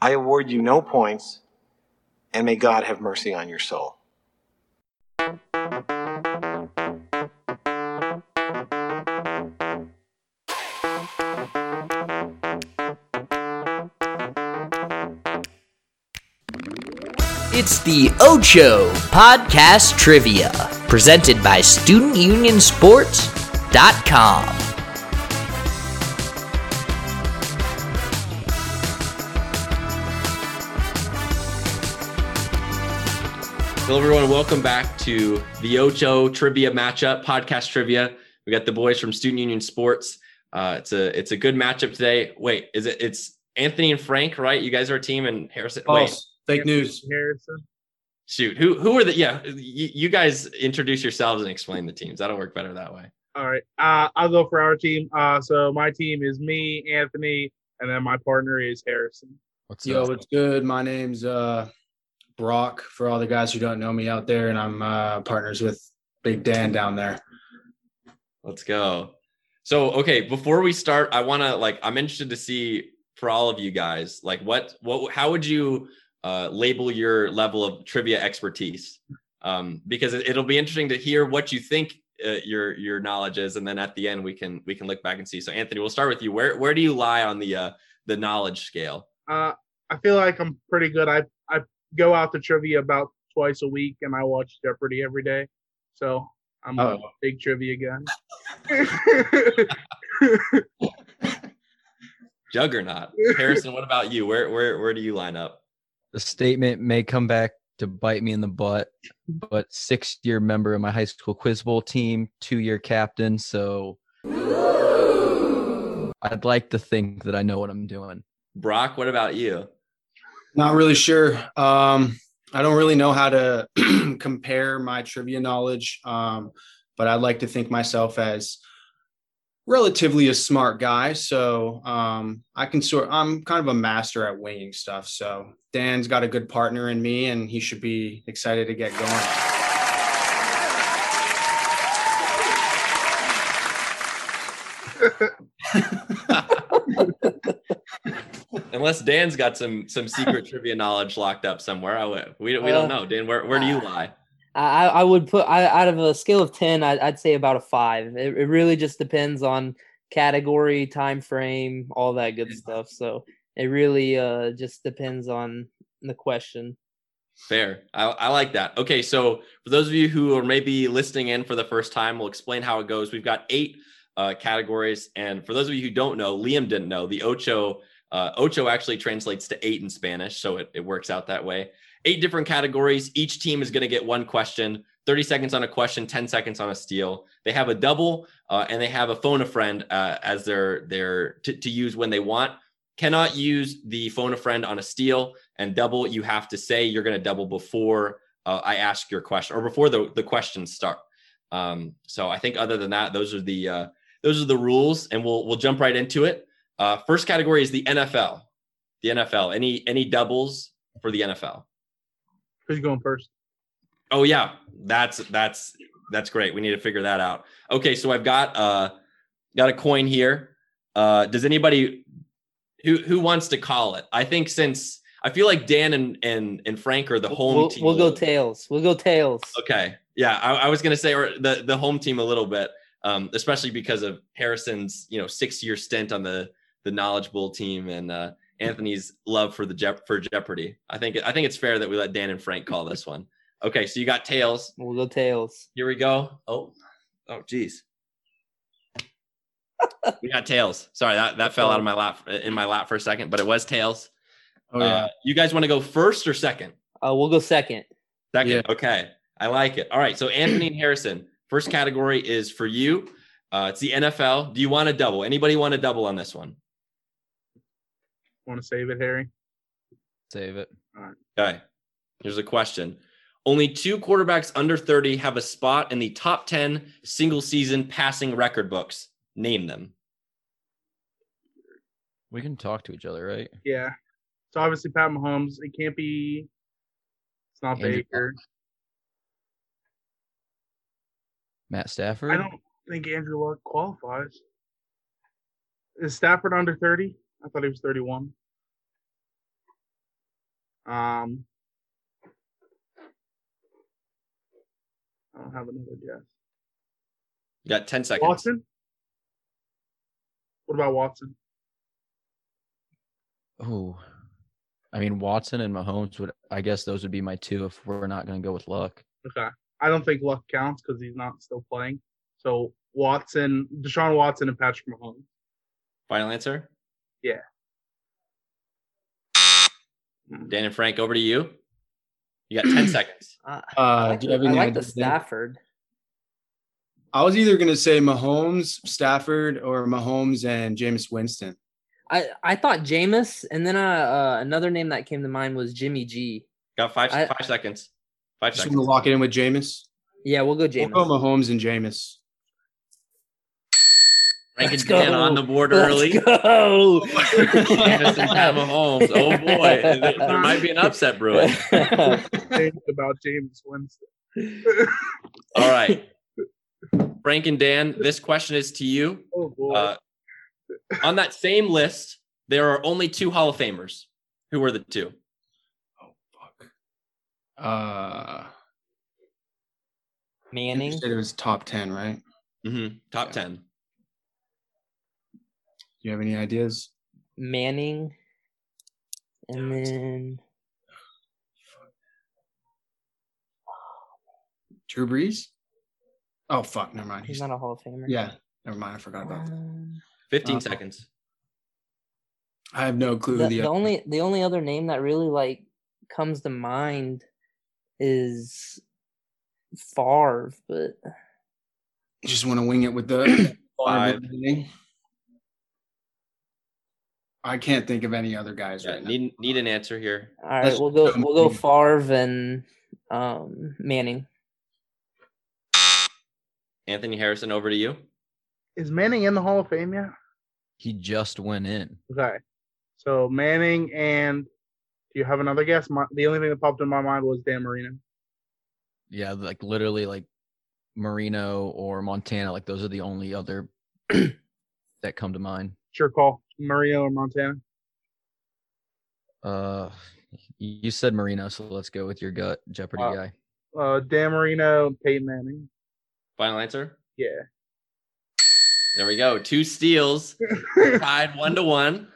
I award you no points, and may God have mercy on your soul. It's the Ocho Podcast Trivia, presented by StudentUnionSports.com. Hello, everyone. Welcome back to the Ocho Trivia Matchup Podcast Trivia. We got the boys from Student Union Sports. Uh, it's a it's a good matchup today. Wait, is it? It's Anthony and Frank, right? You guys are a team, and Harrison. Wait, False. Oh, Fake news. shoot. Who who are the? Yeah, you, you guys introduce yourselves and explain the teams. That'll work better that way. All right. Uh, I'll go for our team. Uh, so my team is me, Anthony, and then my partner is Harrison. What's Yo, up? what's good? My name's uh, Brock. For all the guys who don't know me out there, and I'm uh, partners with Big Dan down there. Let's go. So, okay, before we start, I want to like I'm interested to see for all of you guys, like what what how would you uh, label your level of trivia expertise? Um, because it, will be interesting to hear what you think uh, your your knowledge is, and then at the end we can we can look back and see. So, Anthony, we'll start with you. Where where do you lie on the uh, the knowledge scale? Uh, I feel like I'm pretty good. I I go out to trivia about twice a week, and I watch Jeopardy every day. So I'm a Oh, big trivia guy. Juggernaut, Harrison. what about you? Where where where do you line up? The statement may come back to bite me in the butt, but six year member of my high school quiz bowl team, two year captain. So I'd like to think that I know what I'm doing. Brock, what about you? not really sure. Um, I don't really know how to compare my trivia knowledge, um, but I'd like to think myself as relatively a smart guy. So um, I can sort. I'm kind of a master at winging stuff. So Dan's got a good partner in me, and he should be excited to get going. Unless Dan's got some some secret trivia knowledge locked up somewhere, I would, we we don't Uh, know. Dan, where where do you uh, lie? I, I would put I, out of a scale of ten, I, I'd say about a five. It, it really just depends on category, time frame, all that good stuff. So it really uh, just depends on the question. Fair. I, I like that. Okay, so for those of you who are maybe listening in for the first time, we'll explain how it goes. We've got eight uh, categories, and for those of you who don't know, Liam didn't know the ocho. Uh, ocho actually translates to eight in Spanish, so it, it works out that way. Eight different categories. Each team is going to get one question. 30 seconds on a question, 10 seconds on a steal. They have a double uh, and they have a phone a friend uh, as their, their to, to use when they want. Cannot use the phone a friend on a steal and double you have to say you're going to double before uh, i ask your question or before the, the questions start um, so i think other than that those are the uh, those are the rules and we'll we'll jump right into it uh, first category is the nfl the nfl any any doubles for the nfl Who's going first? oh yeah that's that's that's great we need to figure that out okay so i've got uh got a coin here uh does anybody who who wants to call it i think since i feel like dan and and, and frank are the home we'll, team we'll a go little bit. tails. We'll go tails. Okay. Yeah, I, I was gonna say or the the home team a little bit, um, especially because of Harrison's you know six year stint on the the Knowledge Bowl team and uh, Anthony's love for the Jeop- for Jeopardy. I think I think it's fair that we let Dan and Frank call this one. Okay, so you got tails. We'll go tails. Here we go. Oh, oh, geez. we got tails. Sorry, that, that fell out of my lap in my lap for a second, but it was tails. Oh yeah. Uh, you guys want to go first or second? Uh, we'll go second. Second. Yeah. Okay. I like it. All right. So Anthony and Harrison, first category is for you. Uh, it's the NFL. Do you want to double? Anybody want to double on this one? Want to save it, Harry? Save it. Okay. Here's a question. Only two quarterbacks under 30 have a spot in the top 10 single season passing record books. Name them. We can talk to each other, right? Yeah. So obviously Pat Mahomes. It can't be. It's not Andrew Baker. Matt Stafford. I don't think Andrew Luck qualifies. Is Stafford under thirty? I thought he was thirty-one. Um, I don't have another guess. You got 10 seconds. Watson? What about Watson? Oh, I mean Watson and Mahomes would. I guess those would be my two if we're not going to go with Luck. Okay. I don't think Luck counts because he's not still playing. So Watson, Deshaun Watson, and Patrick Mahomes. Final answer? Yeah. Dan and Frank, over to you. You got 10 seconds. I, I Uh, like, do you have the, I any like the ideas there? Stafford. I was either going to say Mahomes, Stafford, or Mahomes and Jameis Winston. I, I thought Jameis, and then uh, uh, another name that came to mind was Jimmy G. Got five, I- five seconds. Five Just want to seconds. lock it in with Jameis. Yeah, we'll go We'll Jameis. go Mahomes and Jameis. Frank Let's and Dan go. on the board Let's early. go. Jameis and Pat Mahomes. Oh, boy. There, there might be an upset brewing. Think about James Winston. All right. Frank and Dan, this question is to you. Oh boy. Uh, on that same list, there are only two Hall of Famers. Who are the two? Fuck. Uh, you Manning. said it was top 10, right? Do Mm-hmm. Top 10. you have any ideas? Manning. And then Drew Brees? Oh, fuck. Never mind. he's He's, not a Hall of Famer. yeah, never mind. I forgot about that. Um, 15 Uh, seconds. I have no clue. the, who the only the only other name that really like comes to mind is Favre, but just want to wing it with the Five. I can't think of any other guys Yeah, right now. need, need an answer here. all right, That's we'll go so we'll go mean. Favre and um, Manning. Anthony Harrison, over to you. Is Manning in the Hall of Fame yet? He just went in. Okay. So Manning and do you have another guess? My, the only thing that popped in my mind was Dan Marino. Yeah, like literally like Marino or Montana. Like those are the only other that come to mind. Sure call. Marino or Montana. Uh, you said Marino, so let's go with your gut Jeopardy Wow. guy. Uh, Dan Marino and Peyton Manning. Final answer. Yeah. There we go. Two steals, tied one to one.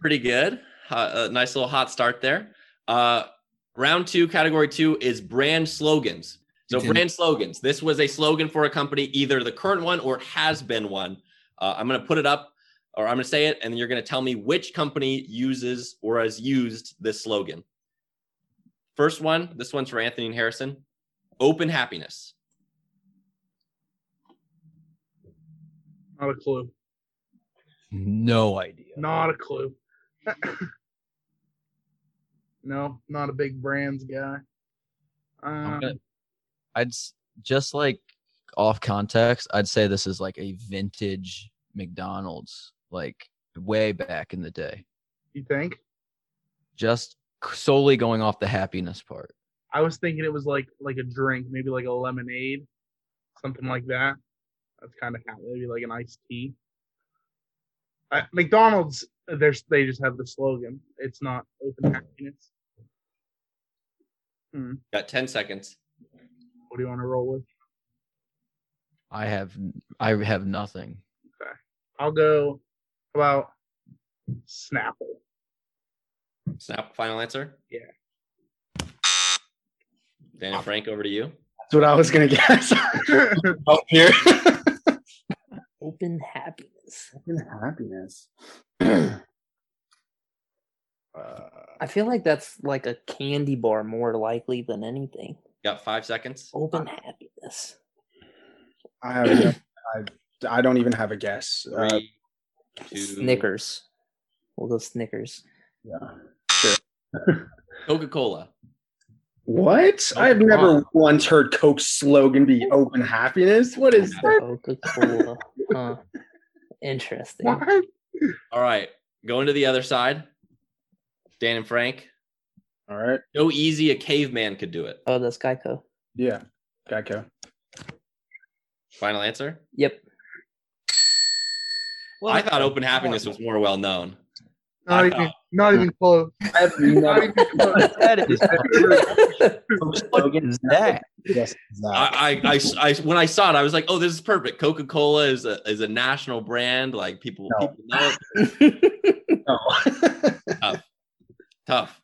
Pretty good. Uh, a nice little hot start there. Uh, round two, category two is brand slogans. So, It's in- brand slogans. This was a slogan for a company, either the current one or it has been one. Uh, I'm going to put it up or I'm going to say it, and then you're going to tell me which company uses or has used this slogan. First one, this one's for Anthony and Harrison open happiness. Not a clue. No idea. Not a clue. no, not a big brands guy. Um, I'm gonna, I'd s- just like off context, I'd say this is like a vintage McDonald's, like way back in the day. you think? Just c- solely going off the happiness part. I was thinking it was like like a drink, maybe like a lemonade, something like that. That's kind of how maybe like an iced tea. Uh, McDonald's, there's they just have the slogan. It's not open happiness. Got 10 seconds. What do you want to roll with? I have n- I have nothing. I'll go about Snapple. Snap, final answer. Yeah. Dan and Frank, over to you. That's what I was gonna guess. Up here. Open happiness. happiness. uh, I feel like that's like a candy bar more likely than anything. Got five seconds. Open happiness. I have. no- I, I don't even have a guess. Uh, Three, two, Snickers. We'll go Snickers. yeah. Coca Cola. What? I have never once heard Coke's slogan be "Open Happiness." What is that? Coca Cola. Oh, Huh. Interesting. What? All right. Going to the other side. Dan and Frank. All right. So easy a caveman could do it. Oh, that's Geico. Yeah. Geico. Final answer. Yep. I thought open happiness was more well known. No, I you thought Not even close. I have Not even close. That is what is that? Yes, exactly. I, I, I, I, when I saw it, I was like, "Oh, this is perfect." Coca Cola is a is a national brand. Like people, No. people know it. Tough.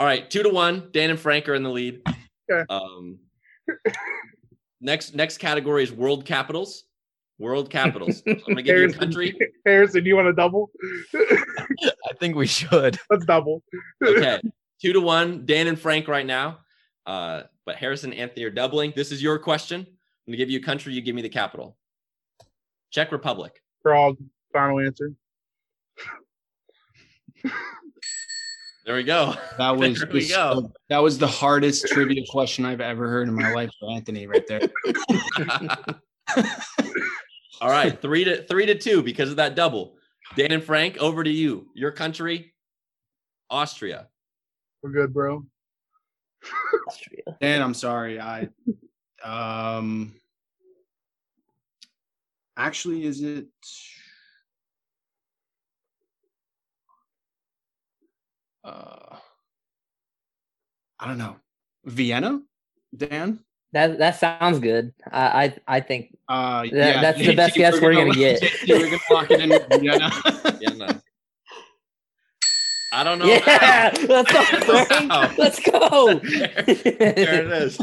All right, two to one. Dan and Frank are in the lead. Okay. Um, next next category is world capitals. World capitals. So I'm gonna give you a Harrison, country. Harrison, you want a double? I think we should. Let's double. Okay, two to one. Dan and Frank right now. Uh, but Harrison and Anthony are doubling. This is your question. I'm gonna give you a country. You give me the capital. Czech Republic. For all final answer. There we go. That was There we just- go. that was the hardest trivia question I've ever heard in my life for Anthony right there. All right, three to three to two because of that double. Dan and Frank, over to you. Your country, Austria. We're good, bro. Dan, I'm sorry. I um actually is it uh I don't know. Vienna? Dan? That that sounds good. I I, I think Uh that, that's the best guess we're gonna get. You're gonna lock it in with Vienna. Yeah, no. I don't know. yeah, let's go, Wow. Frank. Let's go. There it is.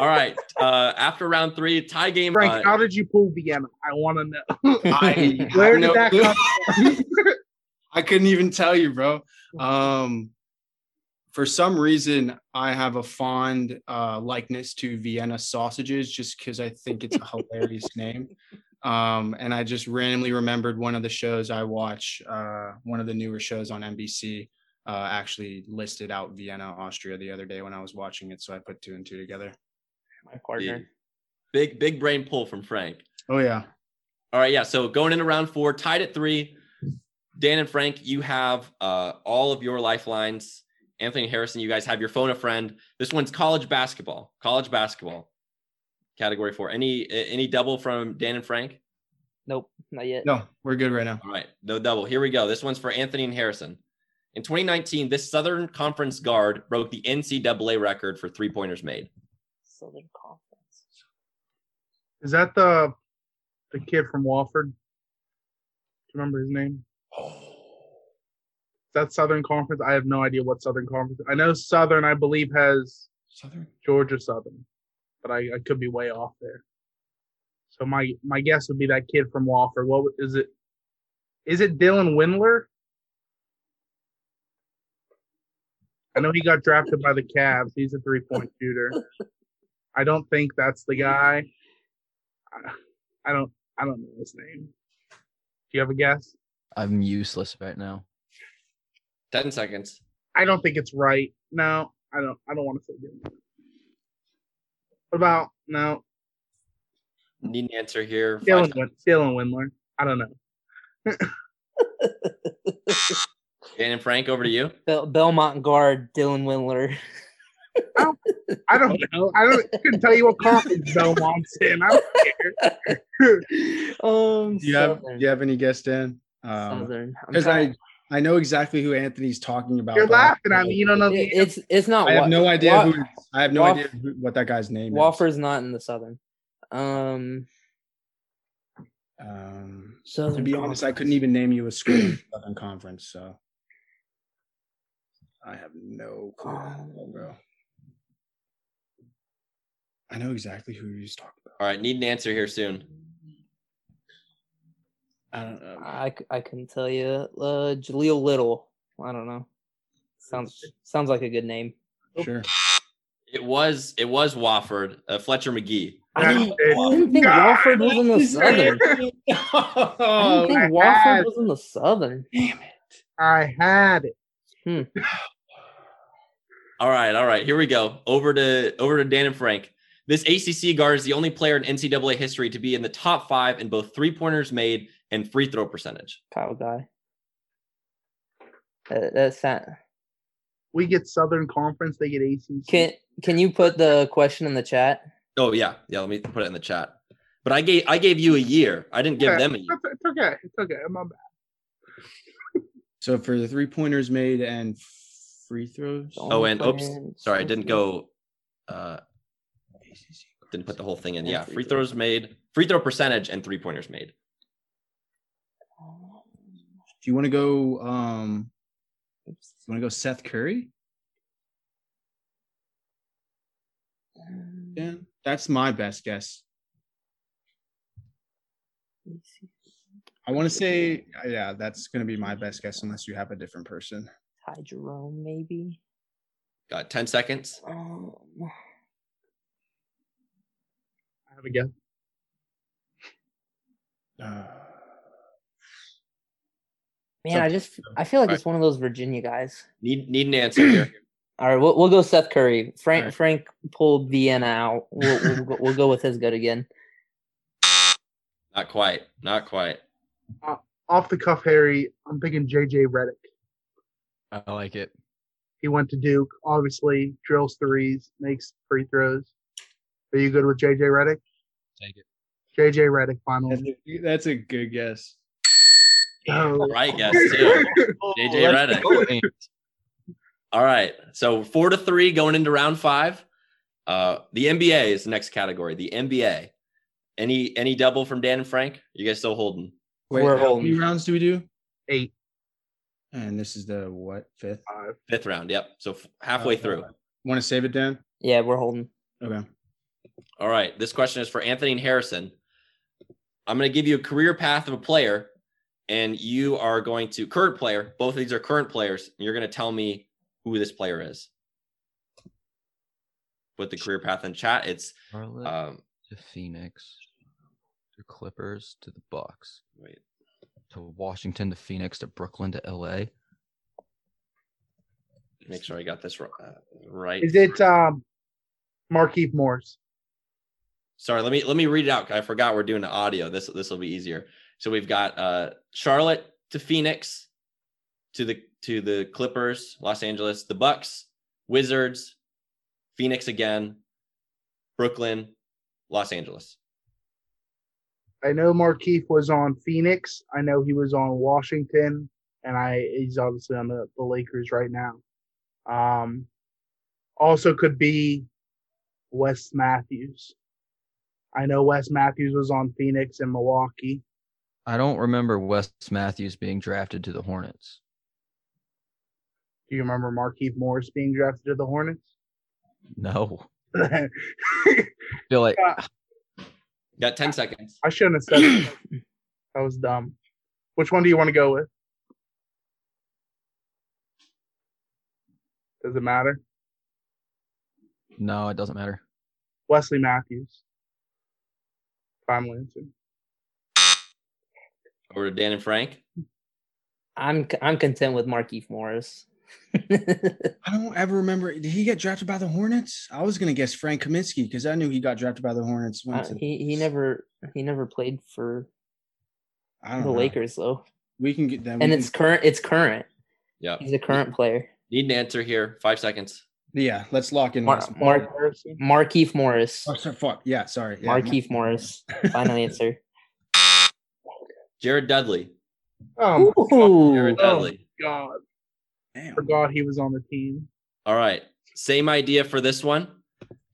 All right. Uh, after round three, tie game. Frank, uh, how did you pull Vienna? I want to know. I Where have did no that clue. come I couldn't even tell you, bro. Um, for some reason, I have a fond uh, likeness to Vienna sausages just because I think it's a hilarious name. Um, and I just randomly remembered one of the shows I watch, uh, one of the newer shows on NBC, uh, actually listed out Vienna, Austria the other day when I was watching it. So I put two and two together. My partner. Big, big brain pull from Frank. Oh, yeah. All right, yeah. So going into round four, tied at three. Dan and Frank, you have uh, all of your lifelines. Anthony and Harrison, you guys have your phone a friend. This one's college basketball. College basketball, category four. Any a- any double from Dan and Frank? Nope, not yet. No, we're good right now. All right, no double. Here we go. This one's for Anthony and Harrison. In 2019, this Southern Conference guard broke the NCAA record for three pointers made. Southern Conference. Is that the the kid from Walford? Do you remember his name? Oh. Is that Southern Conference? I have no idea what Southern Conference. I know Southern, I believe, has Southern. Georgia Southern, but I, I could be way off there. So my my guess would be that kid from Walford. What w- is it? Is it Dylan Windler? I know he got drafted by the Cavs. He's a three point shooter. I don't think that's the guy. I- I don't I don't know his name. Do you have a guess? I'm useless right now. Ten seconds. I don't think it's right. No, I don't I don't want to say Dylan. What about no? Need an answer here. Five Dylan, seconds. Win- Dylan Windler. I don't know. Dan and Frank, over to you. Bel- Belmont guard Dylan Windler. I don't know. I don't I couldn't tell you what conference Belmont's in. I don't care. um, Do you have, Southern. do you have any guess, Dan? Um, Southern. I'm because trying- I I know exactly who Anthony's talking about. You're but I- laughing at me. You don't know. It- The, it's it's not. I have Wa- no idea Wa- who. I have no Walf- idea who, what that guy's name Wofford's not in the Southern. Um, is. Um, Southern. to be honest, I couldn't even name you a school in the Southern Conference, so I have no clue, Um, bro. I know exactly who he's talking about. All right, need an answer here soon. I don't know. I, c- I couldn't tell you. Uh, Jaleel Little. I don't know. Sounds sounds like a good name. Sure. It was it was Wofford, uh, Fletcher McGee. I Yeah, didn't, dude. I didn't think Oh God, Wofford was in the Southern. I didn't think I had- Wofford was in the Southern. I had it. All right, all right, here we go. Over to over to Dan and Frank. This ACC guard is the only player in NCAA history to be in the top five in both three pointers made and free throw percentage. Kyle guy. That, that's not, We get Southern Conference. They get ACC. can can you put the question in the chat? Oh yeah, yeah. Let me put it in the chat. But I gave I gave you a year. I didn't give Okay. them a year. That's- It's okay. It's okay. I'm not bad. So for the three pointers made and free throws. Don't- Oh, and oops, Points, sorry, I free didn't go. Uh, didn't put the whole thing in. And Yeah, free free throws. throws made, free throw percentage, and three pointers made. Do you want to go? Um, you want to go Seth Curry? Yeah, that's my best guess. I want to say, uh, yeah, that's going to be my best guess unless you have a different person. Ty Jerome, maybe. Got ten seconds. Um, I have a guess. Uh, man, I just I feel like it's one of those Virginia guys. Need need an answer here. All right, we'll, we'll go Seth Curry. Frank All right. Frank pulled Vienna out. We'll, we'll, go, we'll go with his good again. Not quite. Not quite. Off the cuff, Harry, I'm thinking JJ Reddick. I like it. He went to Duke, obviously, drills threes, makes free throws. Are you good with JJ Reddick? Take it. JJ Reddick, final. that's, a, that's a good guess. No. Right guess too. JJ Reddick. All right. So four to three going into round five. Uh, the NBA is the next category. The NBA. Any any double from Dan and Frank? You guys still holding? Wait, We're how holding. many rounds do we do? Eight, And this is the what fifth? five. Fifth round. Yep. So f- Uh, halfway through. Want to save it, Dan? Yeah, we're holding. Okay. All right. This question is for Anthony and Harrison. I'm going to give you a career path of a player, and you are going to current player. Both of these are current players. And you're going to tell me who this player is. Put the career path in chat. It's Charlotte Uh, um, to Phoenix, to Clippers to the Bucks, wait, to Washington to Phoenix to Brooklyn to L.A. make sure I got this ri- uh, right. Is it um, Markeith Morris? Sorry, let me let me read it out. 'cause I forgot we're doing the audio. This this will be easier. So we've got uh, Charlotte to Phoenix, to the to the Clippers, Los Angeles, the Bucks, Wizards, Phoenix again, Brooklyn, Los Angeles. I know Markeith was on Phoenix. I know he was on Washington, and I he's obviously on the, the Lakers right now. Um, also could be Wes Matthews. I know Wes Matthews was on Phoenix and Milwaukee. I don't remember Wes Matthews being drafted to the Hornets. Do you remember Markeith Morris being drafted to the Hornets? No, I I feel like Got ten seconds. shouldn't have said that. That was dumb. Which one do you want to go with? Does it matter? no, it doesn't matter. Wesley Matthews. Final answer. Over to Dan and Frank. I'm I'm content with Markeith Morris. I don't ever remember. Did he get drafted by the Hornets? I was gonna guess Frank Kaminsky because I knew he got drafted by the Hornets. When Uh, he he never he never played for I the don't know. Lakers though, We can get them. and it's current. It's current. Yep. He's a current player. Need an answer here. Five seconds. yeah. Let's lock in. Mar- Wes- Mark Markeith Morris. Oh, so- fuck. Yeah. Sorry. Yeah, Markeith Morris. Final answer. Jared Dudley. Oh Ooh. Jared Dudley. my god. Damn. Forgot he was on the team. All right. Same idea for this one.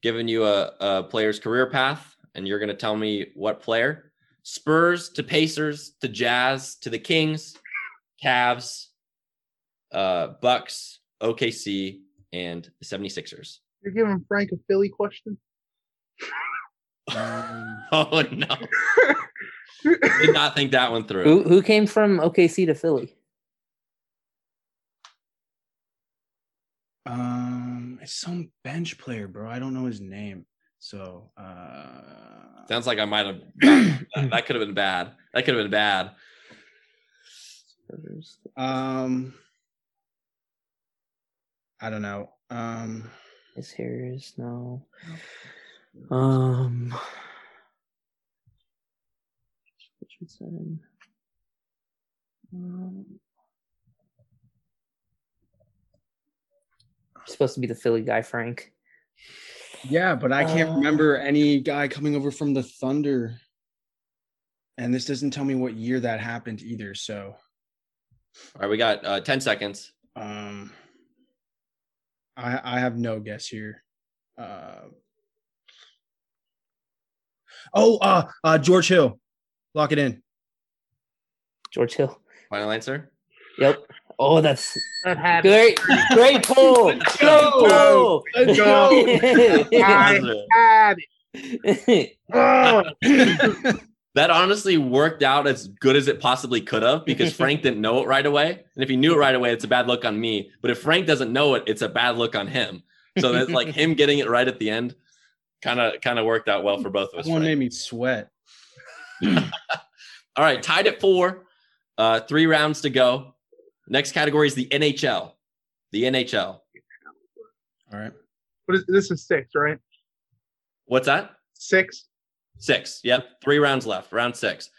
Giving you a, a player's career path, and you're going to tell me what player. Spurs to Pacers to Jazz to the Kings, Cavs, uh, Bucks, OKC, and the 76ers. You're giving Frank a Philly question? Um, Oh, no. Did not think that one through. Who who came from OKC to Philly? um, it's some bench player, bro. I don't know his name. So, uh, Sounds like I might have. That, that could have been bad. That could have been bad. um, I don't know. Um, Is Harris no? Um. Richardson. Um, you're supposed to be the Philly guy, Frank. yeah, but I can't Uh, remember any guy coming over from the Thunder. And this doesn't tell me what year that happened either. So, All right, we got uh, 10 seconds. Um, I I have no guess here. Uh, oh, uh, uh, George Hill, lock it in. George Hill. Final answer. Yep. Oh, that's That had great. Great pull. Great pull. Let's go. had it. Oh, that honestly worked out as good as it possibly could have because Frank didn't know it right away. And if he knew it right away, it's a bad look on me. But if Frank doesn't know it, it's a bad look on him. So that's like him getting it right at the end kind of kind of worked out well for both of That us. one Frank. made me sweat. All right, tied at four. Uh, three rounds to go. Next category is the NHL. The NHL. All right. what is, this is six, right? What's that? Six. Six. Yep. Three rounds left. Round six.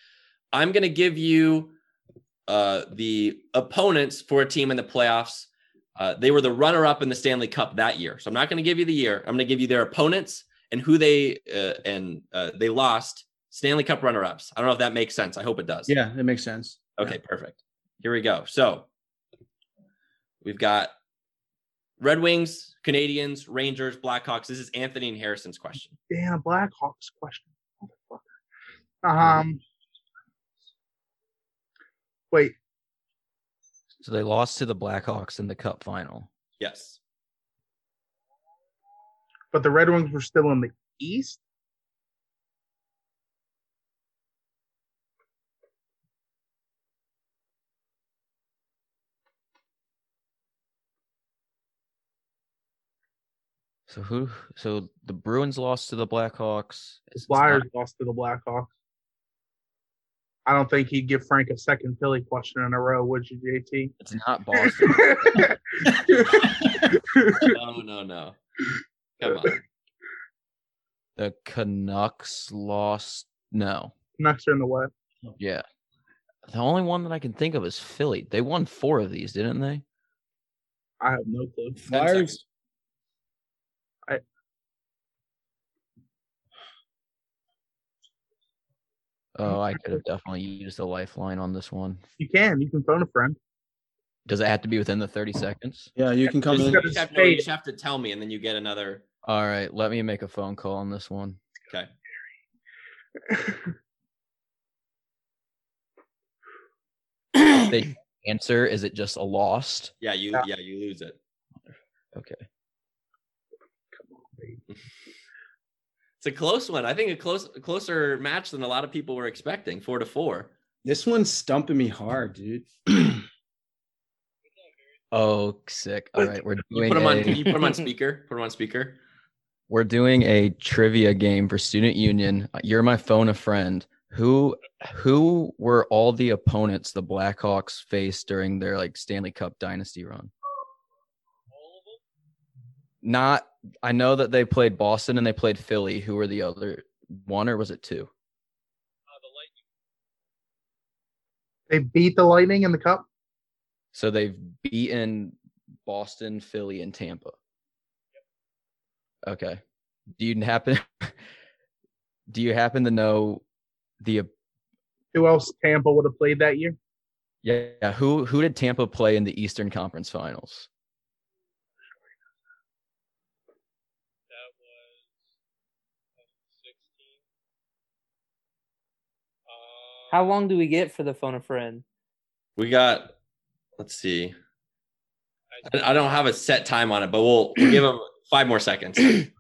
I'm going to give you uh, the opponents for a team in the playoffs. Uh, they were the runner up in the Stanley Cup that year. So I'm not going to give you the year. I'm going to give you their opponents and who they uh, and uh, they lost Stanley Cup runner ups. I don't know if that makes sense. I hope it does. Yeah, that makes sense. Okay, perfect. Here we go. So we've got Red Wings, Canadians, Rangers, Blackhawks. This is Anthony and Harrison's question. Damn, Blackhawks question. Motherfucker. Um. Wait, So they lost to the Blackhawks in the Cup final. Yes. but the Red Wings were still in the East. So who? So the Bruins lost to the Blackhawks. It's not- Flyers lost to the Blackhawks. I don't think he'd give Frank a second Philly question in a row, would you, JT? It's not Boston. No, no, no. Come on. the Canucks lost. No. Canucks are in the West. Yeah. The only one that I can think of is Philly. They won four of these, didn't they? I have no clue. Flyers. seconds. Oh, I could have definitely used a lifeline on this one. You can. You can phone a friend. Does it have to be within the 30 seconds? Yeah, you can come You in. Just- just, have, no, you just have to tell me, and then you get another. All right, let me make a phone call on this one. They answer is it just a lost? Yeah, you. Yeah. Yeah, you lose it. Okay. It's a close one. I think a close, a closer match than a lot of people were expecting. Four to four. This one's stumping me hard, dude. Oh, sick. All right, we're You doing put them on. a- You put them on speaker. Put them on speaker. We're doing a trivia game for student union. You're my phone a friend. Who who were all the opponents the Blackhawks faced during their like Stanley Cup dynasty run? Not I know that they played Boston and they played Philly. Who were the other one or was it two? They beat the Lightning in the Cup. So they've beaten Boston, Philly, and Tampa. Okay. Do you happen do you happen to know the Who else Tampa would have played that year? Yeah, yeah. Who who did Tampa play in the Eastern Conference Finals? How long do we get for the phone a friend? We got. Let's see. I, I don't have a set time on it, but we'll, we'll give them five more seconds. It's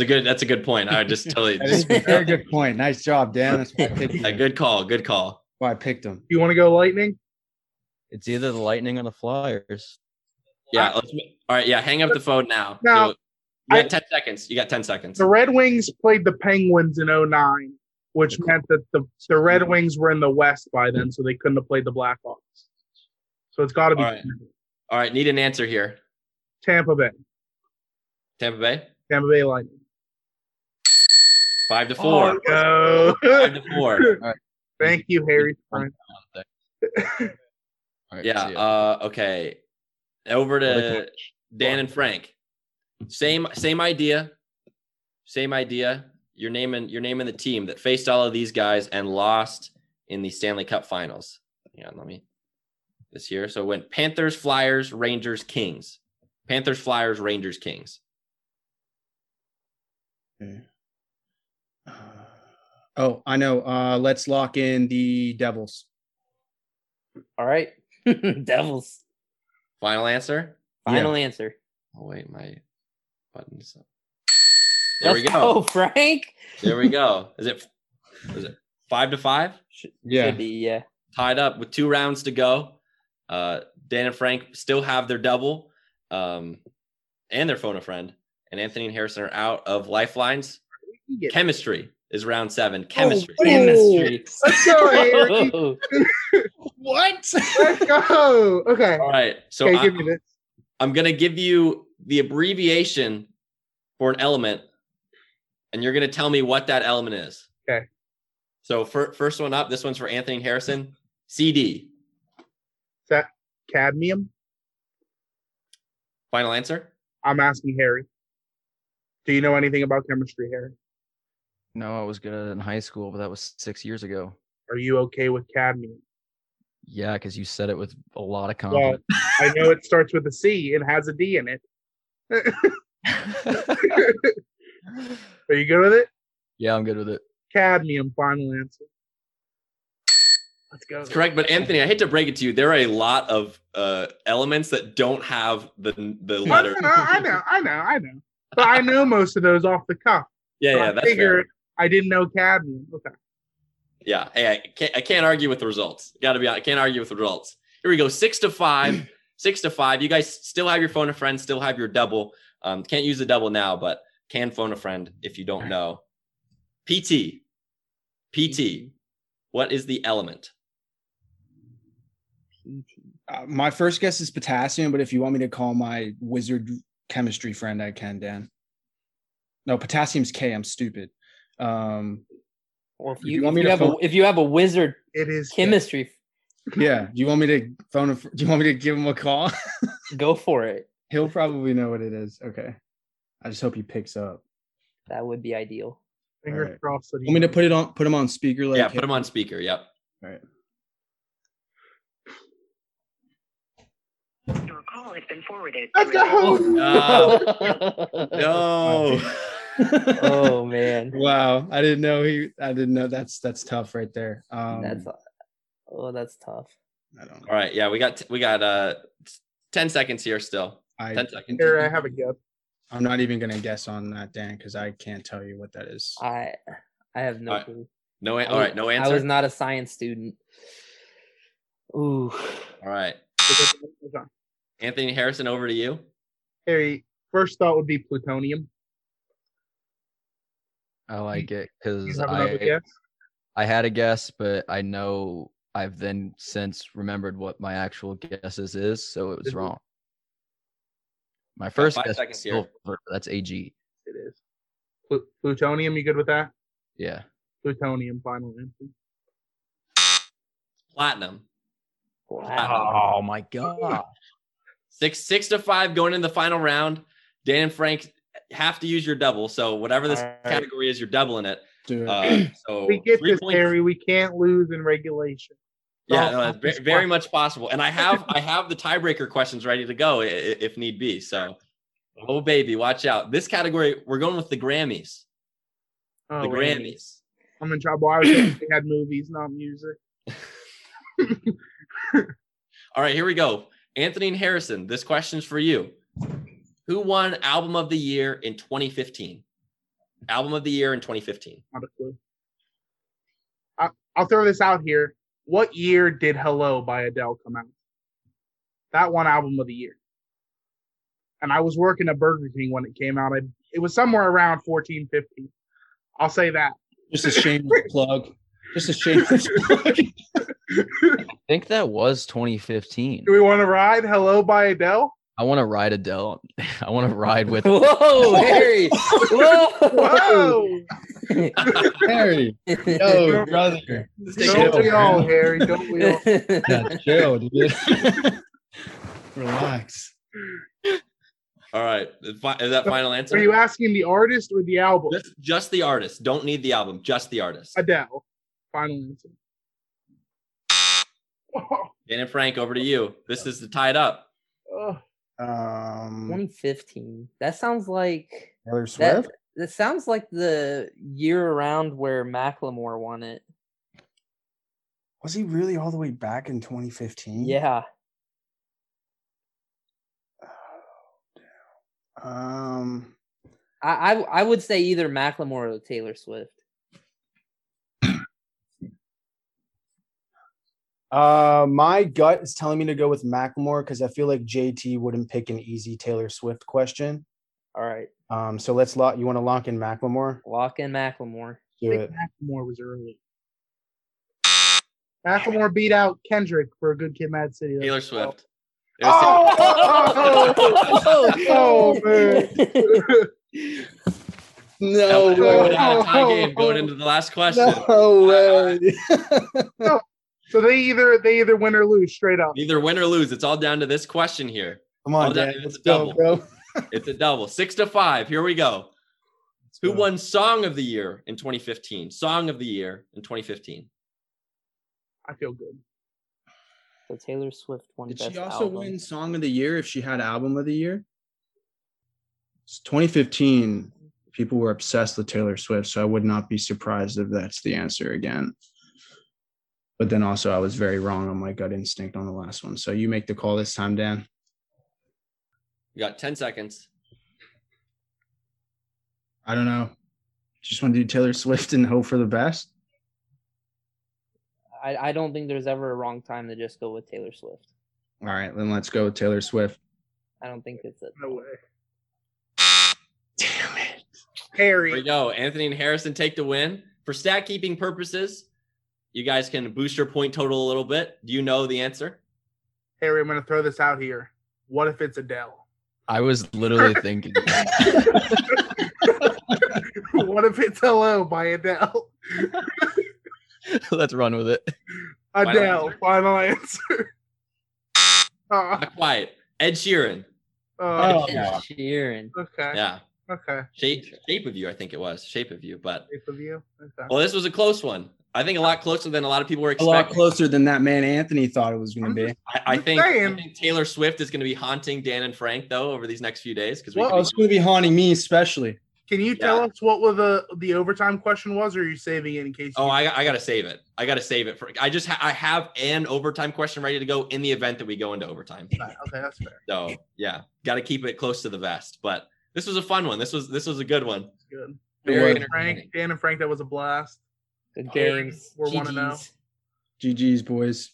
a good. That's a good point. I just totally. That is Just, a very good point. Nice job, Dan. That's why I picked yeah, him. good call. Good call. Why I picked him. You want to go Lightning? It's either the Lightning or the Flyers. Yeah. Let's, all right. Yeah. Hang up the phone now. No, So you got I- ten seconds. You got ten seconds. The Red Wings played the Penguins in 09, which meant that the, the Red Wings were in the West by then, so they couldn't have played the Blackhawks. So it's got to be All right. All right. Need an answer here. Tampa Bay. Tampa Bay. Tampa Bay Lightning. Five to four. Oh, Five no. to four. Thank you, Harry. Frank. All right, Yeah. see ya. Uh, okay. Over to Dan and Frank. Same same idea. Same idea. You're naming you're naming the team that faced all of these guys and lost in the Stanley Cup Finals. hang on, let me this year. So it went Panthers, Flyers, Rangers, Kings. Panthers, Flyers, Rangers, Kings. Uh, oh, I know. Uh, let's lock in the Devils. All right. Devils. Final answer. Final answer. Oh wait, my buttons. There we Let's go. Frank. There we go. Is it is it five to five? Yeah. Should be, yeah. tied up with two rounds to go. Uh, Dan and Frank still have their double um, and their phone a friend. And Anthony and Harrison are out of lifelines. Chemistry is round seven. Oh, Chemistry. Oh, what Chemistry. Let's go, Harry. Whoa. What? Let's go. Okay. All right. So okay, I, give me this. I'm going to give you the abbreviation for an element, and you're going to tell me what that element is. Okay. So fir- first one up, this one's for Anthony and Harrison. CD. Is that cadmium? Final answer. I'm asking Harry. Do you know anything about chemistry, Harry? No, I was good at it in high school, but that was six years ago. Are you okay with cadmium? Yeah, because you said it with a lot of Well, confidence. I know it starts with a C and has a D in it. Are you good with it? yeah, I'm good with it. Cadmium, final answer. Let's go. That's correct, but Anthony, I hate to break it to you, there are a lot of uh, elements that don't have the the I know, letter. I know, I know, I know. But I know most of those off the cuff. yeah, So yeah, I that's fair. figured I didn't know cadmium. Okay. Yeah, hey, I can't, I can't argue with the results. Got to be, I can't argue with the results. Here we go, six to five, six to five. You guys still have your phone a friend, still have your double. Um, can't use the double now, but can phone a friend if you don't know. PT, PT, what is the element? Uh, my first guess is potassium, but if you want me to call my wizard chemistry friend, I can, Dan. No, potassium's K. I'm stupid. Um, Well, if Do you, you want if me you to have a phone- if you have a wizard It is chemistry, yeah. Do you want me to phone? A, fr- do you want me to give him a call? go for it. He'll probably know what it is. Okay. I just hope he picks up. That would be ideal. Fingers Alright. crossed that Want me to put it on? Put him on speaker? Like yeah, put them on speaker. Yep. Your call has been forwarded. Let's to an- go. Uh, no. oh man, Wow, I didn't know he. I didn't know that's that's tough right there. Um, that's oh that's tough. I don't. All right. Yeah, we got we got uh ten seconds here still. I, Ten seconds. Here, I have a guess. I'm not even gonna guess on that, Dan, because I can't tell you what that is. I I have no Alright, clue. No. I All was- right. No I answer. was not a science student. Ooh, All right. Anthony Harrison, over to you. Harry, first thought would be plutonium. I like it You because have another I guess? I had a guess, but I know I've then since remembered what my actual guesses is, so it was Is it- wrong. My first five guess was seconds here. silver, That's AG. It is. Plu- Plutonium, you good with that? Yeah. Plutonium, final answer. Platinum. Uh, wow. my god. Six six to five going in the final round. Dan and Frank have to use your double. So whatever this All right. category is, you're doubling it. Dude, Uh, so We get three this, points- Harry. We can't lose in regulation. Yeah, Oh, no, it's this ve- very one. much possible. And I have I have the tiebreaker questions ready to go i- i- if need be. So, oh baby, watch out. This category we're going with the Grammys. Oh, the wait. Grammys. I'm in trouble. I was thinking they had movies, not music. All right, here we go. Anthony and Harrison, this question's for you. Who won Album of the Year in 2015? Album of the Year in 2015. Not a clue. I, I'll throw this out here. What year did Hello by Adele come out? That one album of the year. And I was working at Burger King when it came out. I, it was somewhere around 14, 15. I'll say that. just a shameless plug. Just a shameless plug. I think that was 2015. Do we want to ride Hello by Adele? I want to ride Adele. I want to ride with. Whoa, Harry! Whoa! Whoa! Harry, yo, brother, Let's take it Don't we over. all, Harry? Don't we all? yeah, chill, dude. Relax. All right, is fi- is that final answer? Are you asking the artist or the album? just, just the artist. Don't need the album. Just the artist. Adele. Final answer. Dan and Frank, over to you. This is to tie it up. Ugh. Um, 2015. That sounds like Taylor that, Swift. that sounds like the year around where Macklemore won it. Was he really all the way back in 2015? Yeah. Oh, Um, I, I I would say either Macklemore or Taylor Swift. uh, my gut is telling me to go with Macklemore because I feel like JT wouldn't pick an easy Taylor Swift question. All right. Um, so let's lock. You want to lock in Macklemore? Lock in Macklemore. I Do think it. Macklemore was early. Macklemore beat out Kendrick for a good kid, Mad City. Taylor Swift. It was Taylor- Oh! No Oh, Oh, That would way. way. have been a tie game oh. going into the last question. No way. so they either they either win or lose straight up. Either win or lose. It's all down to this question here. Come on, Oh, that- Dad. it's Let's go, double. bro. It's a double. Six to five. Here we go. Who won Song of the Year in 2015? Song of the Year in 2015. I feel good. So Taylor Swift won Did best she also album. win Song of the Year if she had Album of the Year? It's 2015. People were obsessed with Taylor Swift, so I would not be surprised if that's the answer again. But then also, I was very wrong on my gut instinct on the last one. So you make the call this time, Dan. You got 10 seconds. I don't know. Just want to do Taylor Swift and hope for the best. I, I don't think there's ever a wrong time to just go with Taylor Swift. All right, then let's go with Taylor Swift. I don't think it's it. No way. Damn it. Here we Harry. go. Anthony and Harrison take the win. For stat keeping purposes, you guys can boost your point total a little bit. Do you know the answer? Harry, I'm gonna throw this out here. What if it's Adele? I was literally thinking. what if it's Hello by Adele? Let's run with it. Final Adele, answer. final answer. Uh, Not quiet. Ed Sheeran. uh, Ed Sheeran. okay. Oh, Yeah. Okay. Shape, shape of you, I think it was. Shape of you. But Shape of you. Okay. well, this was a close one. I think a lot closer than a lot of people were A lot expecting. closer than that man Anthony thought it was going I'm to be. just- I, I Just think, I saying. think Taylor Swift is going to be haunting Dan and Frank though over these next few days because we Well, oh, it's going to be haunting me, especially. Can you tell us what were the the overtime question was, or are you saving it in case? Oh, you- I, I gotta save it. I gotta save it for. I just ha- I have an overtime question ready to go in the event that we go into overtime. okay, that's fair. So yeah, gotta keep it close to the vest. But this was a fun one. This was this was a good one. That's good. Very Dan and entertaining. Frank, Dan and Frank, that was a blast. Good Harry, games. we're 1-0. oh. GGs. GG's, boys.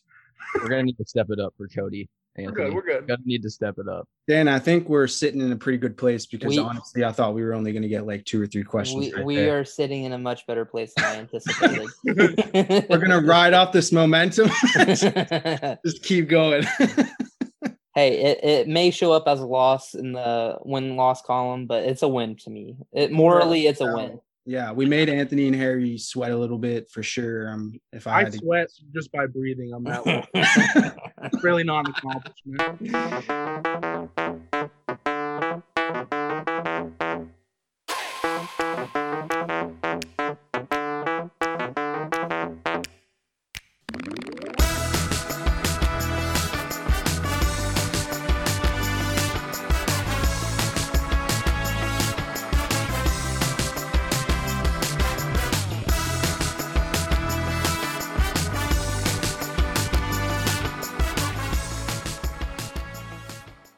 We're gonna need to step it up for Cody. We're Anthony. good. We're good. gonna need to step it up. Dan, I think we're sitting in a pretty good place because We- honestly, I thought we were only going to get like two or three questions. We, right we there. are sitting in a much better place than I anticipated. we're We're going to ride off this momentum. Just hey, keep going. it, it may show up as a loss in the win loss column, but it's a win to me. It morally, it's a win. yeah, we made Anthony and Harry sweat a little bit for sure. Um, if I I had to, sweat just by breathing on that one. It's really not an accomplishment.